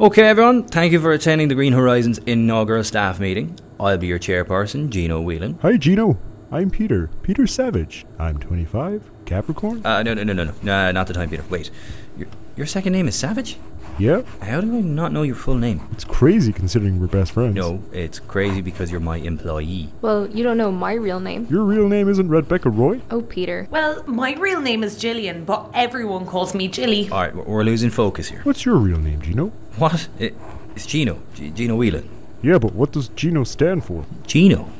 Okay, everyone, thank you for attending the Green Horizons inaugural staff meeting. I'll be your chairperson, Gino Whelan. Hi, Gino. I'm Peter. Peter Savage. I'm 25. Capricorn. Uh, no, no, no, no, no, no, not the time, Peter. Wait, your, your second name is Savage? yeah, How do I not know your full name? it's crazy considering we're best friends. No, it's crazy because you're my employee. Well, you don't know my real name. Your real name isn't Rebecca Roy? Oh, Peter. Well, my real name is Gillian, but everyone calls me Jilly. All right, we're- we're losing focus here. What's your real name, Gino? What? It, it's Gino. G- Gino Whelan. Yeah, but what does Gino stand for? Gino?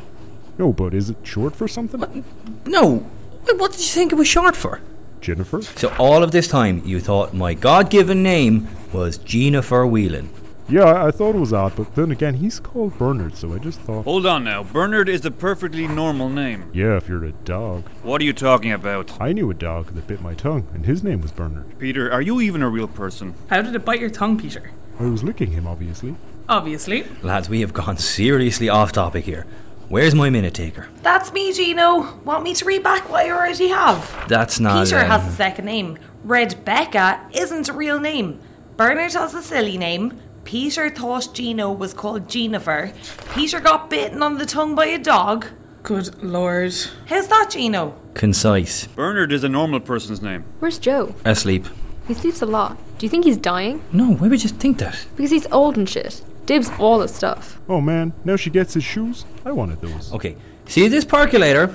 No, but is it short for something? No. Wait, What did you think it was short for? Jennifer? So all of this time, you thought my God-given name was Jennifer Whelan. Yeah, I, I thought it was odd, but then again, he's called Bernard, so I just thought. Hold on now. Bernard is a perfectly normal name. Yeah, if you're a dog. What are you talking about? I knew a dog that bit my tongue, and his name was Bernard. Peter, are you even a real person? How did it bite your tongue, Peter? I was licking him, obviously. Obviously. Lads, we have gone seriously off topic here. Where's my minute taker? That's me, Gino. Want me to read back what I already have? That's not. Peter um, has a second name. Red Becca isn't a real name. Bernard has a silly name. Peter thought Gino was called Jennifer. Peter got bitten on the tongue by a dog. Good lord. How's that, Gino? concise. Bernard is a normal person's name. Where's Joe? Asleep. He sleeps a lot. Do you think he's dying? No, why would you think that? Because he's old and shit. Dibs all his stuff. Oh man, now she gets his shoes? I wanted those. Okay, see this percolator?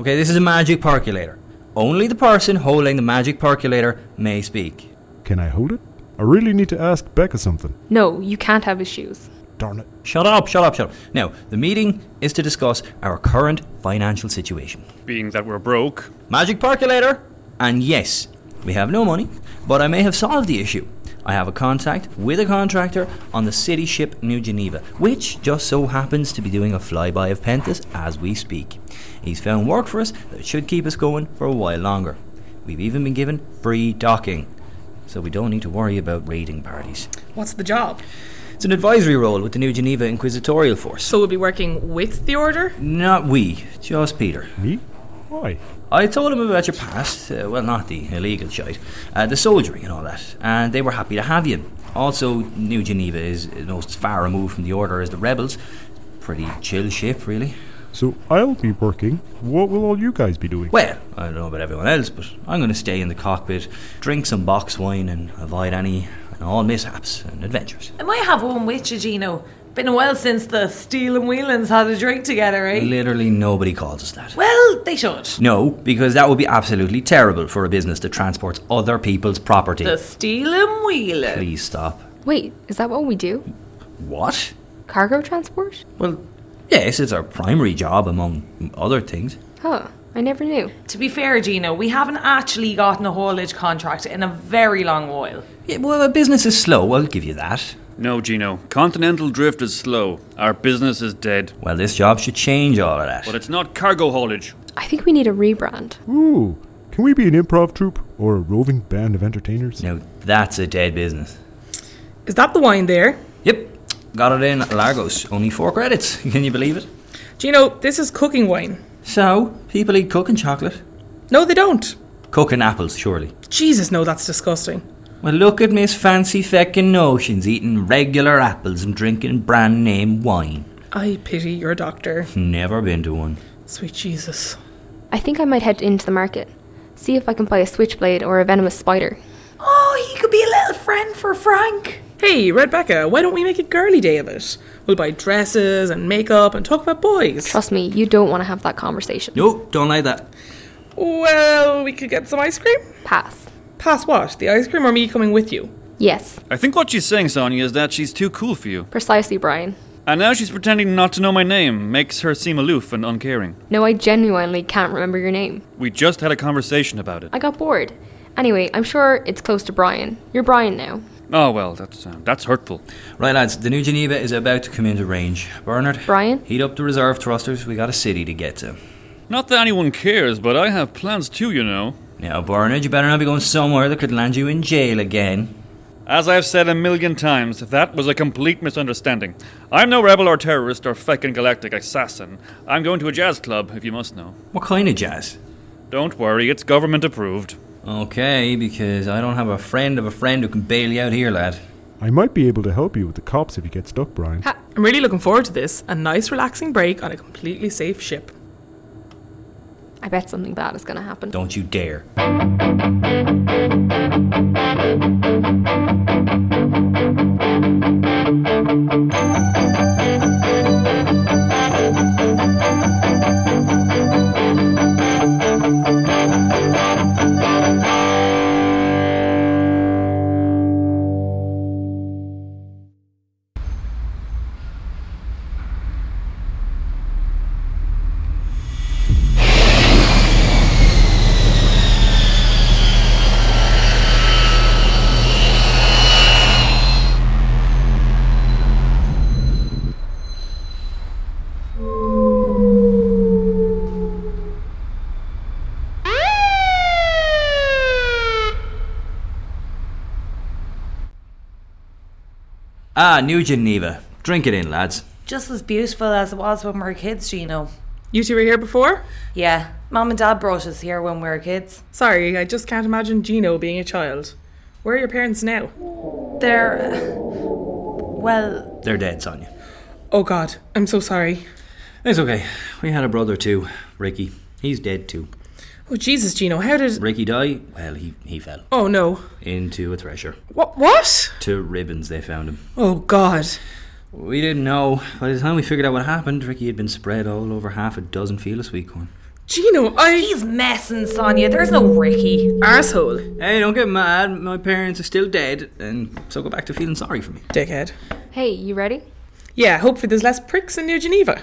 Okay, this is a magic percolator. Only the person holding the magic percolator may speak. Can I hold it? I really need to ask Becca something. No, you can't have his shoes. Darn it. Shut up, shut up, shut up. Now, the meeting is to discuss our current financial situation. Being that we're broke. Magic percolator! And yes, we have no money, but I may have solved the issue. I have a contact with a contractor on the city ship New Geneva, which just so happens to be doing a flyby of Pentas as we speak. He's found work for us that should keep us going for a while longer. We've even been given free docking, so we don't need to worry about raiding parties. What's the job? It's an advisory role with the New Geneva Inquisitorial Force. So we'll be working with the order? Not we, just Peter. Me? Why? I told him about your past, uh, well, not the illegal shite, uh, the soldiering and all that, and they were happy to have you. Also, New Geneva is most far removed from the Order as the rebels. Pretty chill ship, really. So I'll be working. What will all you guys be doing? Well, I don't know about everyone else, but I'm going to stay in the cockpit, drink some box wine, and avoid any and all mishaps and adventures. I might have one with you, Gino. Been a while since the Steel and Whelan's had a drink together, eh? Literally nobody calls us that. Well, they should. No, because that would be absolutely terrible for a business that transports other people's property. The Steel and Whelan. Please stop. Wait, is that what we do? What? Cargo transport? Well, yes, it's our primary job among other things. Huh, I never knew. To be fair, Gino, we haven't actually gotten a haulage contract in a very long while. Yeah, well, our business is slow, I'll give you that. No, Gino. Continental drift is slow. Our business is dead. Well, this job should change all of that. But it's not cargo haulage. I think we need a rebrand. Ooh, can we be an improv troupe or a roving band of entertainers? now, that's a dead business. Is that the wine there? Yep, got it in at Largos. Only four credits, can you believe it? Gino, this is cooking wine. So, people eat cooking chocolate. No, they don't. Cooking apples, surely. Jesus, no, that's disgusting. Well, look at Miss Fancy Feckin' Notions eating regular apples and drinking brand name wine. I pity your doctor. Never been to one. Sweet Jesus. I think I might head into the market. See if I can buy a switchblade or a venomous spider. Oh, he could be a little friend for Frank. Hey, Red Becca, why don't we make a girly day of it? We'll buy dresses and makeup and talk about boys. Trust me, you don't want to have that conversation. Nope, don't like that. Well, we could get some ice cream. Pass. Pass what? The ice cream or me coming with you? Yes, I think what she's saying, Sonia, is that she's too cool for you. precisely, Brian. And now she's pretending not to know my name, makes her seem aloof and uncaring. No, I genuinely can't remember your name. We just had a conversation about it. I got bored. Anyway, I'm sure it's close to Brian. You're Brian now. Oh, well, that's, uh, that's hurtful. Right, lads, the new Geneva is about to come into range. Bernard, Brian? heat up the reserve thrusters. We got a city to get to. Not that anyone cares, but I have plans too, you know. Now, Bernard, you better not be going somewhere that could land you in jail again. As I've said a million times, that was a complete misunderstanding. I'm no rebel or terrorist or feckin' galactic assassin. I'm going to a jazz club, if you must know. What kind of jazz? Don't worry, it's government approved. Okay, because I don't have a friend of a friend who can bail you out here, lad. I might be able to help you with the cops if you get stuck, Brian. Ha- I'm really looking forward to this. A nice, relaxing break on a completely safe ship. I bet something bad is gonna happen. Don't you dare. Ah, New Geneva. Drink it in, lads. Just as beautiful as it was when we were kids, Gino. You two were here before? Yeah, Mom and Dad brought us here when we were kids. Sorry, I just can't imagine Gino being a child. Where are your parents now? They're. uh, Well, They're dead, Sonia. Oh god, I'm so sorry. It's okay. We had a brother too, Ricky. He's dead too. Oh Jesus, Gino, how did. Ricky died? Well, he, he fell Oh no. into a thresher. What? What? Two ribbons they found him. Oh god. We didn't know. By the time we figured out what happened, Ricky had been spread all over half a dozen feelers week one. Gino, I. he's messing, Sonia. There's no Ricky. Arsehole. Hey, don't get mad. My parents are still dead, and so go back to feeling sorry for me. Dickhead. Hey, you ready? Yeah, hopefully there's less pricks in New Geneva.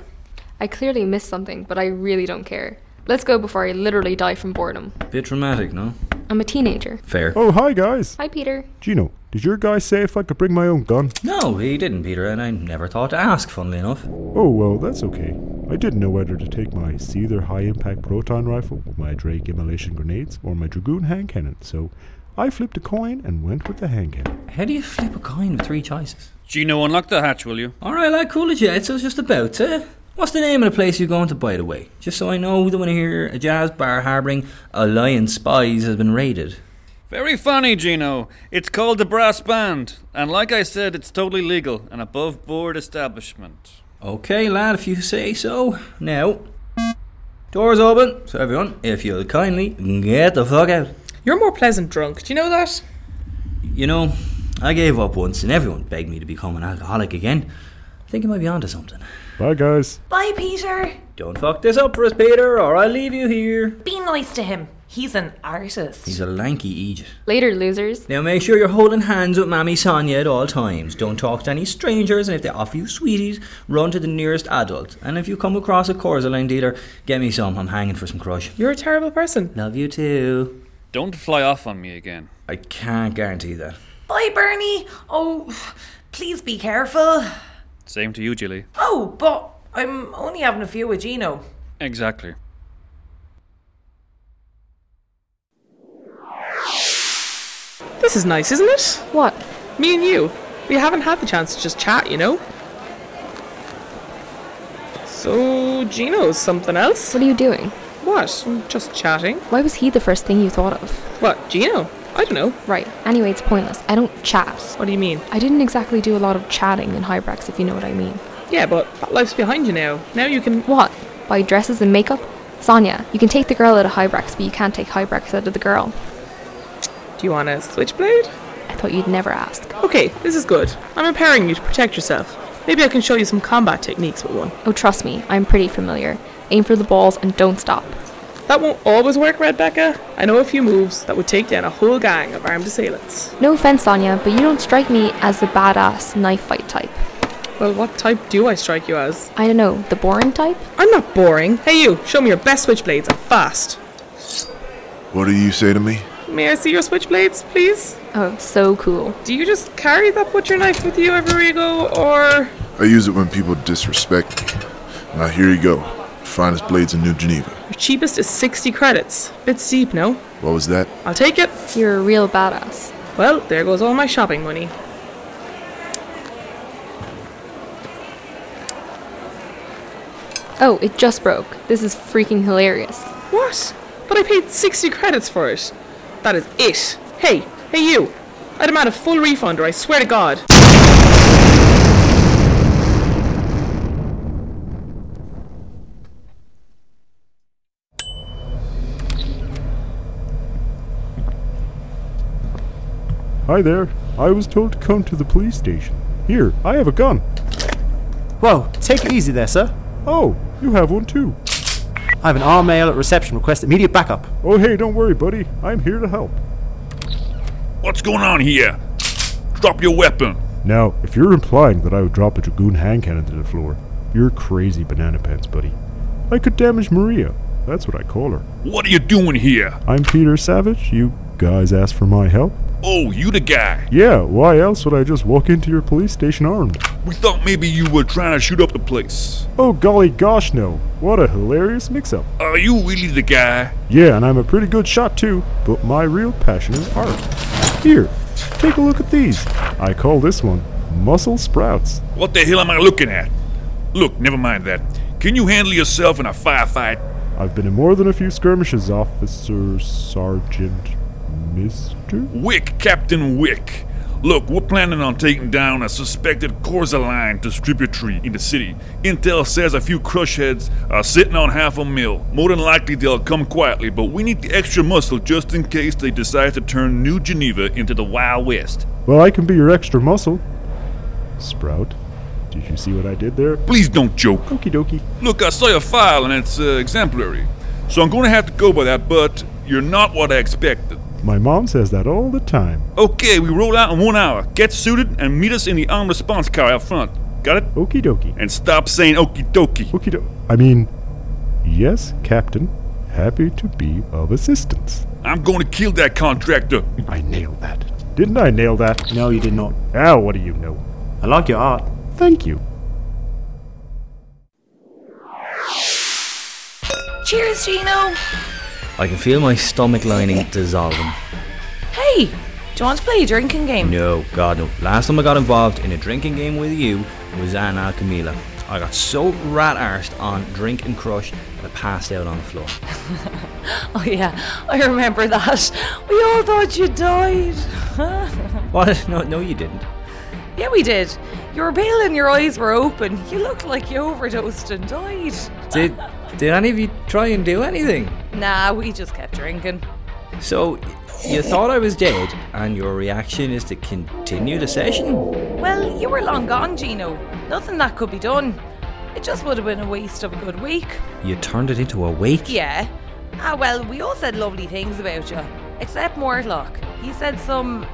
I clearly missed something, but I really don't care. Let's go before I literally die from boredom. Bit dramatic, no? I'm a teenager. Fair. Oh, hi, guys. Hi, Peter. Gino, did your guy say if I could bring my own gun? No, he didn't, Peter, and I never thought to ask, funnily enough. Oh, well, that's okay. I didn't know whether to take my Seether high impact proton rifle, my Drake immolation grenades, or my Dragoon hand cannon, so I flipped a coin and went with the hand cannon. How do you flip a coin with three choices? Gino, unlock the hatch, will you? Alright, lad, cool as yet, so it's just about to. What's the name of the place you're going to, by the way? Just so I know that when I hear a jazz bar harbouring a lion spies has been raided. Very funny, Gino. It's called the Brass Band, and like I said, it's totally legal, an above board establishment. Okay, lad, if you say so. Now, doors open, so everyone, if you'll kindly get the fuck out. You're more pleasant drunk, do you know that? You know, I gave up once and everyone begged me to become an alcoholic again. I think I might be onto something. Bye, guys. Bye, Peter. Don't fuck this up for us, Peter, or I'll leave you here. Be nice to him. He's an artist. He's a lanky eejit. Later, losers. Now make sure you're holding hands with Mammy Sonia at all times. Don't talk to any strangers, and if they offer you sweeties, run to the nearest adult. And if you come across a Corzaline dealer, get me some. I'm hanging for some crush. You're a terrible person. Love you too. Don't fly off on me again. I can't guarantee that. Bye, Bernie. Oh, please be careful. Same to you, Jilly. Oh, but I'm only having a few with Gino. Exactly. This is nice, isn't it? What? Me and you. We haven't had the chance to just chat, you know? So, Gino's something else? What are you doing? What? Just chatting? Why was he the first thing you thought of? What, Gino? I don't know. Right. Anyway, it's pointless. I don't chat. What do you mean? I didn't exactly do a lot of chatting in Hybrax, if you know what I mean. Yeah, but that life's behind you now. Now you can. What? Buy dresses and makeup? Sonia, you can take the girl out of Hybrax, but you can't take Hybrax out of the girl. Do you want a switchblade? I thought you'd never ask. Okay, this is good. I'm empowering you to protect yourself. Maybe I can show you some combat techniques with one. Oh, trust me, I'm pretty familiar. Aim for the balls and don't stop. That won't always work, Red Becca. I know a few moves that would take down a whole gang of armed assailants. No offense, Sonia, but you don't strike me as the badass knife fight type. Well, what type do I strike you as? I don't know, the boring type? I'm not boring. Hey, you, show me your best switchblades and fast. What do you say to me? May I see your switchblades, please? Oh, so cool. Do you just carry that butcher knife with you everywhere you go, or. I use it when people disrespect me. Now here you go. Finest blades in New Geneva. Your cheapest is 60 credits. Bit steep, no? What was that? I'll take it. You're a real badass. Well, there goes all my shopping money. Oh, it just broke. This is freaking hilarious. What? But I paid 60 credits for it. That is it. Hey, hey you. I demand a full refund, or I swear to God. Hi there. I was told to come to the police station. Here, I have a gun. Whoa, take it easy there, sir. Oh, you have one too. I have an R mail at reception request immediate backup. Oh, hey, don't worry, buddy. I'm here to help. What's going on here? Drop your weapon. Now, if you're implying that I would drop a Dragoon hand cannon to the floor, you're crazy banana pants, buddy. I could damage Maria. That's what I call her. What are you doing here? I'm Peter Savage. You guys asked for my help? Oh, you the guy. Yeah, why else would I just walk into your police station armed? We thought maybe you were trying to shoot up the place. Oh, golly gosh, no. What a hilarious mix up. Are you really the guy? Yeah, and I'm a pretty good shot too, but my real passion is art. Here, take a look at these. I call this one Muscle Sprouts. What the hell am I looking at? Look, never mind that. Can you handle yourself in a firefight? I've been in more than a few skirmishes, Officer Sergeant Mister. Wick, Captain Wick. Look, we're planning on taking down a suspected Corsaline distributary in the city. Intel says a few crush heads are sitting on half a mil. More than likely, they'll come quietly, but we need the extra muscle just in case they decide to turn New Geneva into the Wild West. Well, I can be your extra muscle. Sprout, did you see what I did there? Please don't joke. Okie dokie. Look, I saw your file and it's uh, exemplary, so I'm going to have to go by that, but you're not what I expected. My mom says that all the time. Okay, we roll out in one hour. Get suited and meet us in the armed response car out front. Got it? Okie dokie. And stop saying okie dokie. Okie do. I mean, yes, Captain. Happy to be of assistance. I'm going to kill that contractor. I nailed that. Didn't I nail that? No, you did not. Now, what do you know? I like your art. Thank you. Cheers, Gino. I can feel my stomach lining dissolving. Hey, do you want to play a drinking game? No, God, no. Last time I got involved in a drinking game with you was Ann Alcamila. I got so rat arsed on drink and crush that I passed out on the floor. Oh, yeah, I remember that. We all thought you died. What? No, no, you didn't. Yeah, we did. You were pale and your eyes were open. You looked like you overdosed and died. Did did any of you try and do anything? Nah, we just kept drinking. So you thought I was dead, and your reaction is to continue the session? Well, you were long gone, Gino. Nothing that could be done. It just would have been a waste of a good week. You turned it into a wake. Yeah. Ah, well, we all said lovely things about you. Except Mortlock. He said some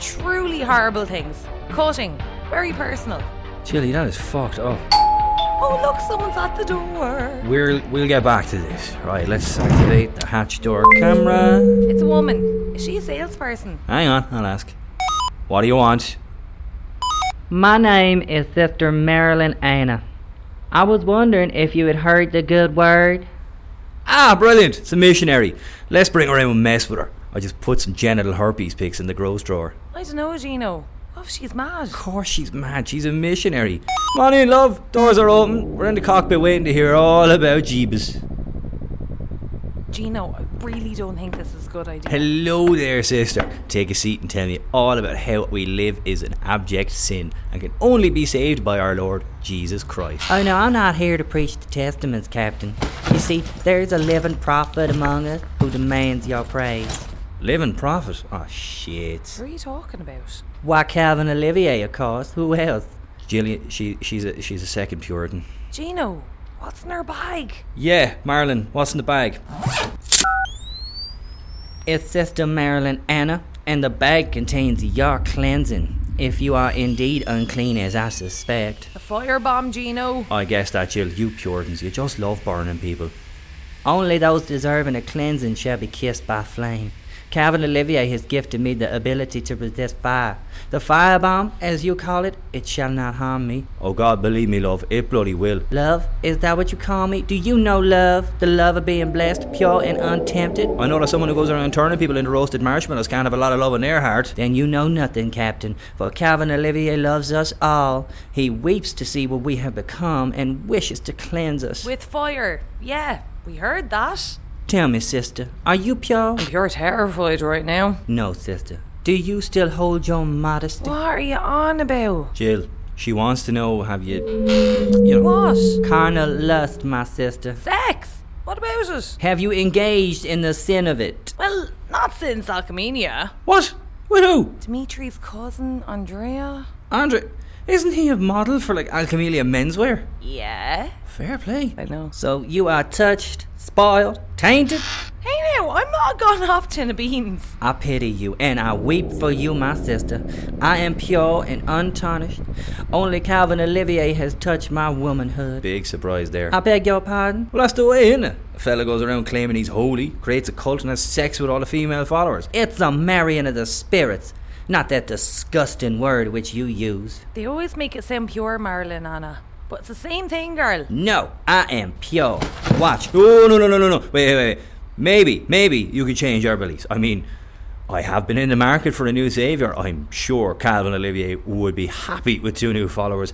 truly horrible things. Cutting. Very personal. Chilly, that is fucked up. Oh, look, someone's at the door. We'll we'll get back to this. Right, let's activate the hatch door camera. It's a woman. Is she a salesperson? Hang on, I'll ask. What do you want? My name is Sister Marilyn Anna. I was wondering if you had heard the good word. Ah, brilliant! It's a missionary. Let's bring her in and mess with her. I just put some genital herpes pics in the gross drawer. I don't know, Gino. Oh, she's mad. Of course she's mad. She's a missionary. Come on in, love. Doors are open. We're in the cockpit waiting to hear all about Jeebus. Gino, I really don't think this is a good idea. Hello there, sister. Take a seat and tell me all about how we live is an abject sin and can only be saved by our Lord Jesus Christ. Oh no, I'm not here to preach the testaments, Captain. You see, there's a living prophet among us who demands your praise. Living prophet? Oh, shit. What are you talking about? Why, Calvin Olivier, of course. Who else? Jillian, she, she's, a, she's a second Puritan. Gino, what's in her bag? Yeah, Marilyn, what's in the bag? It's Sister Marilyn Anna, and the bag contains your cleansing. If you are indeed unclean, as I suspect. A firebomb, Gino. I guess that, Jill, you Puritans, you just love burning people. Only those deserving of cleansing shall be kissed by flame. Calvin Olivier has gifted me the ability to resist fire. The firebomb, as you call it, it shall not harm me. Oh, God, believe me, love, it bloody will. Love, is that what you call me? Do you know love? The love of being blessed, pure and untempted? I know that someone who goes around turning people into roasted marshmallows can't have a lot of love in their heart. Then you know nothing, Captain, for Calvin Olivier loves us all. He weeps to see what we have become and wishes to cleanse us. With fire. Yeah, we heard that. Tell me, sister, are you pure? You're terrified right now. No, sister. Do you still hold your modesty? What are you on about? Jill, she wants to know have you. You know. What? Carnal lust, my sister. Sex? What about it? Have you engaged in the sin of it? Well, not since Alchemenia. What? With who? Dimitri's cousin, Andrea? Andre. Isn't he a model for like Alchemelia menswear? Yeah. Fair play. I know. So you are touched, spoiled, tainted? Hey now, I'm not gone off tin of beans. I pity you, and I weep for you, my sister. I am pure and untarnished. Only Calvin Olivier has touched my womanhood. Big surprise there. I beg your pardon? well, that's the way, isn't it? A fella goes around claiming he's holy, creates a cult, and has sex with all the female followers. It's a marrying of the spirits, not that disgusting word which you use. They always make it sound pure, Marilyn Anna. But it's the same thing, girl. No, I am pure. Watch. No, no, no, no, no, no. Wait, wait, wait. Maybe, maybe you could change your beliefs. I mean, I have been in the market for a new savior. I'm sure Calvin Olivier would be happy with two new followers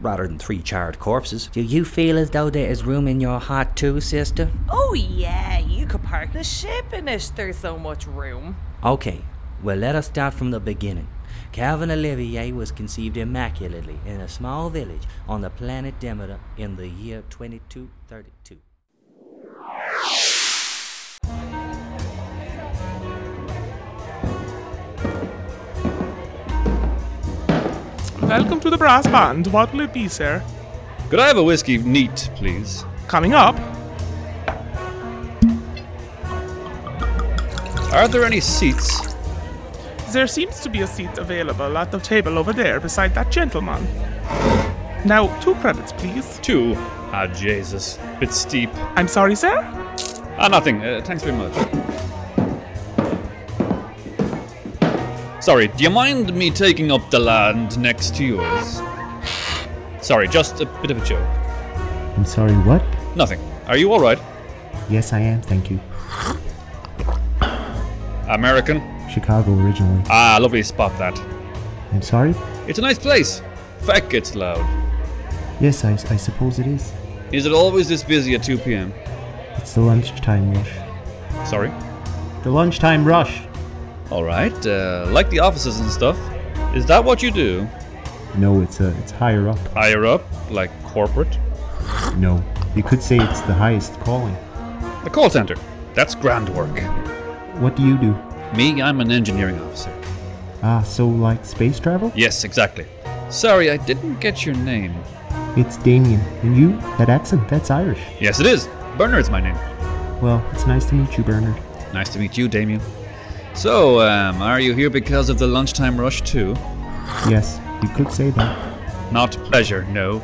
rather than three charred corpses. Do you feel as though there is room in your heart too, sister? Oh, yeah, you could park the ship in it. There's so much room. Okay, well, let us start from the beginning. Calvin Olivier was conceived immaculately in a small village on the planet Demeter in the year 2232. Welcome to the brass band. What will it be, sir? Could I have a whiskey neat, please? Coming up, Are there any seats? there seems to be a seat available at the table over there beside that gentleman. Now, two credits, please. Two. Ah, Jesus. Bit steep. I'm sorry, sir. Ah, nothing. Uh, thanks very much. Sorry, do you mind me taking up the land next to yours? Sorry, just a bit of a joke. I'm sorry, what? Nothing. Are you alright? Yes, I am, thank you. American? Chicago originally. Ah, lovely spot that. I'm sorry? It's a nice place. Feck, it's loud. Yes, I, I suppose it is. Is it always this busy at 2 pm? It's the lunchtime rush. Sorry? The lunchtime rush? Alright, uh, like the offices and stuff. Is that what you do? No, it's a, it's higher up. Higher up, like corporate? No. You could say it's the highest calling. The call center. That's grand work. What do you do? Me, I'm an engineering officer. Ah, so like space travel? Yes, exactly. Sorry, I didn't get your name. It's Damien. And you? That accent, that's Irish. Yes, it is. Bernard's my name. Well, it's nice to meet you, Bernard. Nice to meet you, Damien. So, um, are you here because of the lunchtime rush too? Yes, you could say that. Not pleasure, no.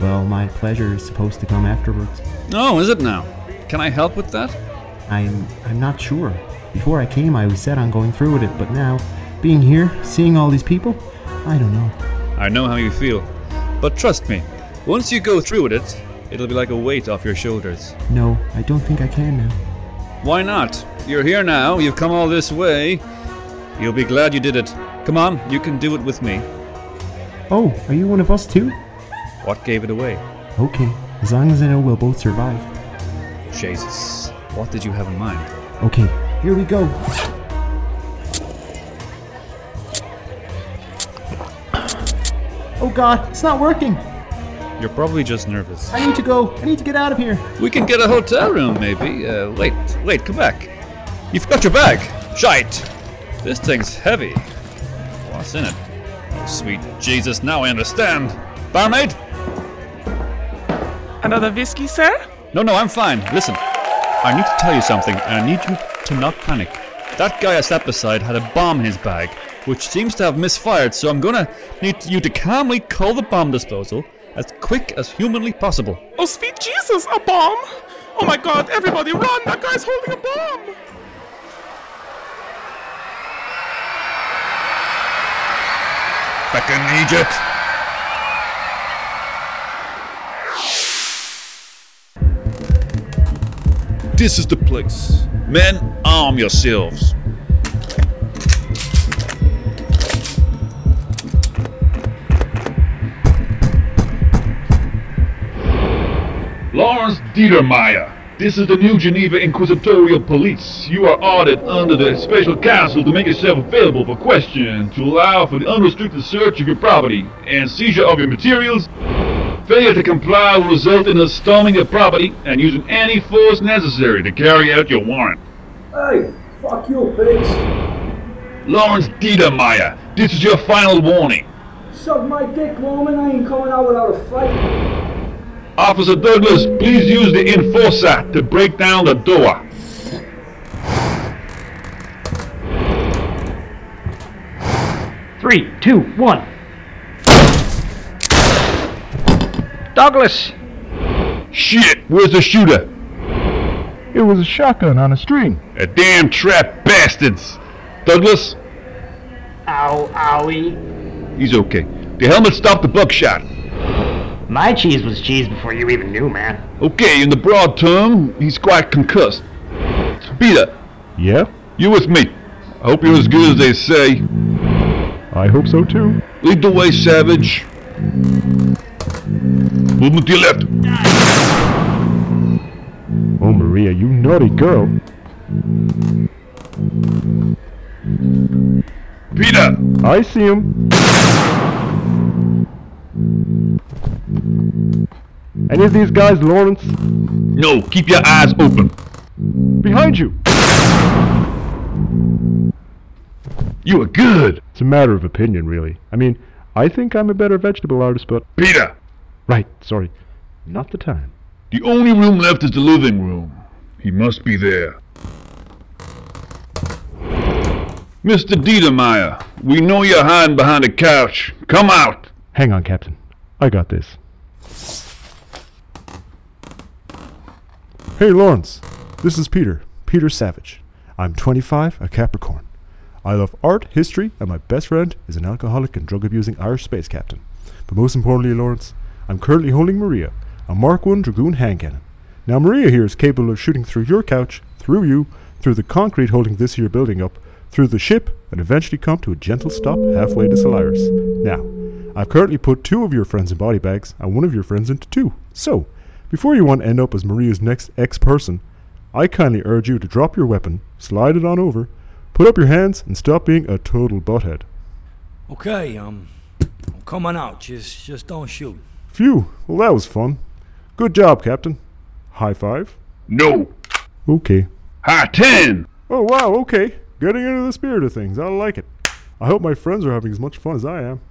Well, my pleasure is supposed to come afterwards. Oh, is it now? Can I help with that? I'm I'm not sure. Before I came, I was set on going through with it, but now, being here, seeing all these people, I don't know. I know how you feel. But trust me, once you go through with it, it'll be like a weight off your shoulders. No, I don't think I can now. Why not? You're here now, you've come all this way. You'll be glad you did it. Come on, you can do it with me. Oh, are you one of us too? What gave it away? Okay, as long as I know we'll both survive. Jesus, what did you have in mind? Okay, here we go. Oh god, it's not working. You're probably just nervous. I need to go. I need to get out of here. We can get a hotel room, maybe. Uh, wait, wait, come back. You've got your bag. Shite. This thing's heavy. What's in it? Oh, sweet Jesus, now I understand. Barmaid? Another whiskey, sir? No, no, I'm fine. Listen, I need to tell you something, and I need you to not panic. That guy I sat beside had a bomb in his bag, which seems to have misfired, so I'm gonna need you to calmly call the bomb disposal as quick as humanly possible. Oh, sweet Jesus, a bomb! Oh my god, everybody run! That guy's holding a bomb! Back in Egypt. This is the place. Men, arm yourselves. Lawrence Dietermeyer, This is the new Geneva Inquisitorial Police. You are ordered under the special counsel to make yourself available for question, to allow for the unrestricted search of your property and seizure of your materials. Failure to comply will result in us storming your property and using any force necessary to carry out your warrant. Hey, fuck you, pigs. Lawrence Dietermeyer, this is your final warning. Suck my dick, woman. I ain't coming out without a fight. Officer Douglas, please use the enforcer to break down the door. Three, two, one. Douglas! Shit, where's the shooter? It was a shotgun on a string. A damn trap bastards. Douglas, Ow, owie. he's okay. The helmet stopped the buckshot. My cheese was cheese before you even knew, man. Okay, in the broad term, he's quite concussed. Peter. Yeah? You with me. I hope you're as good as they say. I hope so too. Lead the way, Savage. Movement to your left. Oh, Maria, you naughty girl. Peter! I see him. Any of these guys, Lawrence? No, keep your eyes open. Behind you! You are good! It's a matter of opinion, really. I mean, I think I'm a better vegetable artist, but. Peter! Right, sorry. Not the time. The only room left is the living room. He must be there. Mr. Dietermeyer, we know you're hiding behind a couch. Come out! Hang on, Captain. I got this. Hey, Lawrence. This is Peter, Peter Savage. I'm 25, a Capricorn. I love art, history, and my best friend is an alcoholic and drug abusing Irish space captain. But most importantly, Lawrence, I'm currently holding Maria, a Mark 1 Dragoon hand cannon. Now, Maria here is capable of shooting through your couch, through you, through the concrete holding this here building up, through the ship, and eventually come to a gentle stop halfway to Solaris. Now, I've currently put two of your friends in body bags and one of your friends into two. So, before you want to end up as Maria's next ex person, I kindly urge you to drop your weapon, slide it on over, put up your hands, and stop being a total butthead. Okay, um, I'm coming out. Just, just don't shoot. Phew, well, that was fun. Good job, Captain. High five. No. Okay. High ten! Oh, wow, okay. Getting into the spirit of things. I like it. I hope my friends are having as much fun as I am.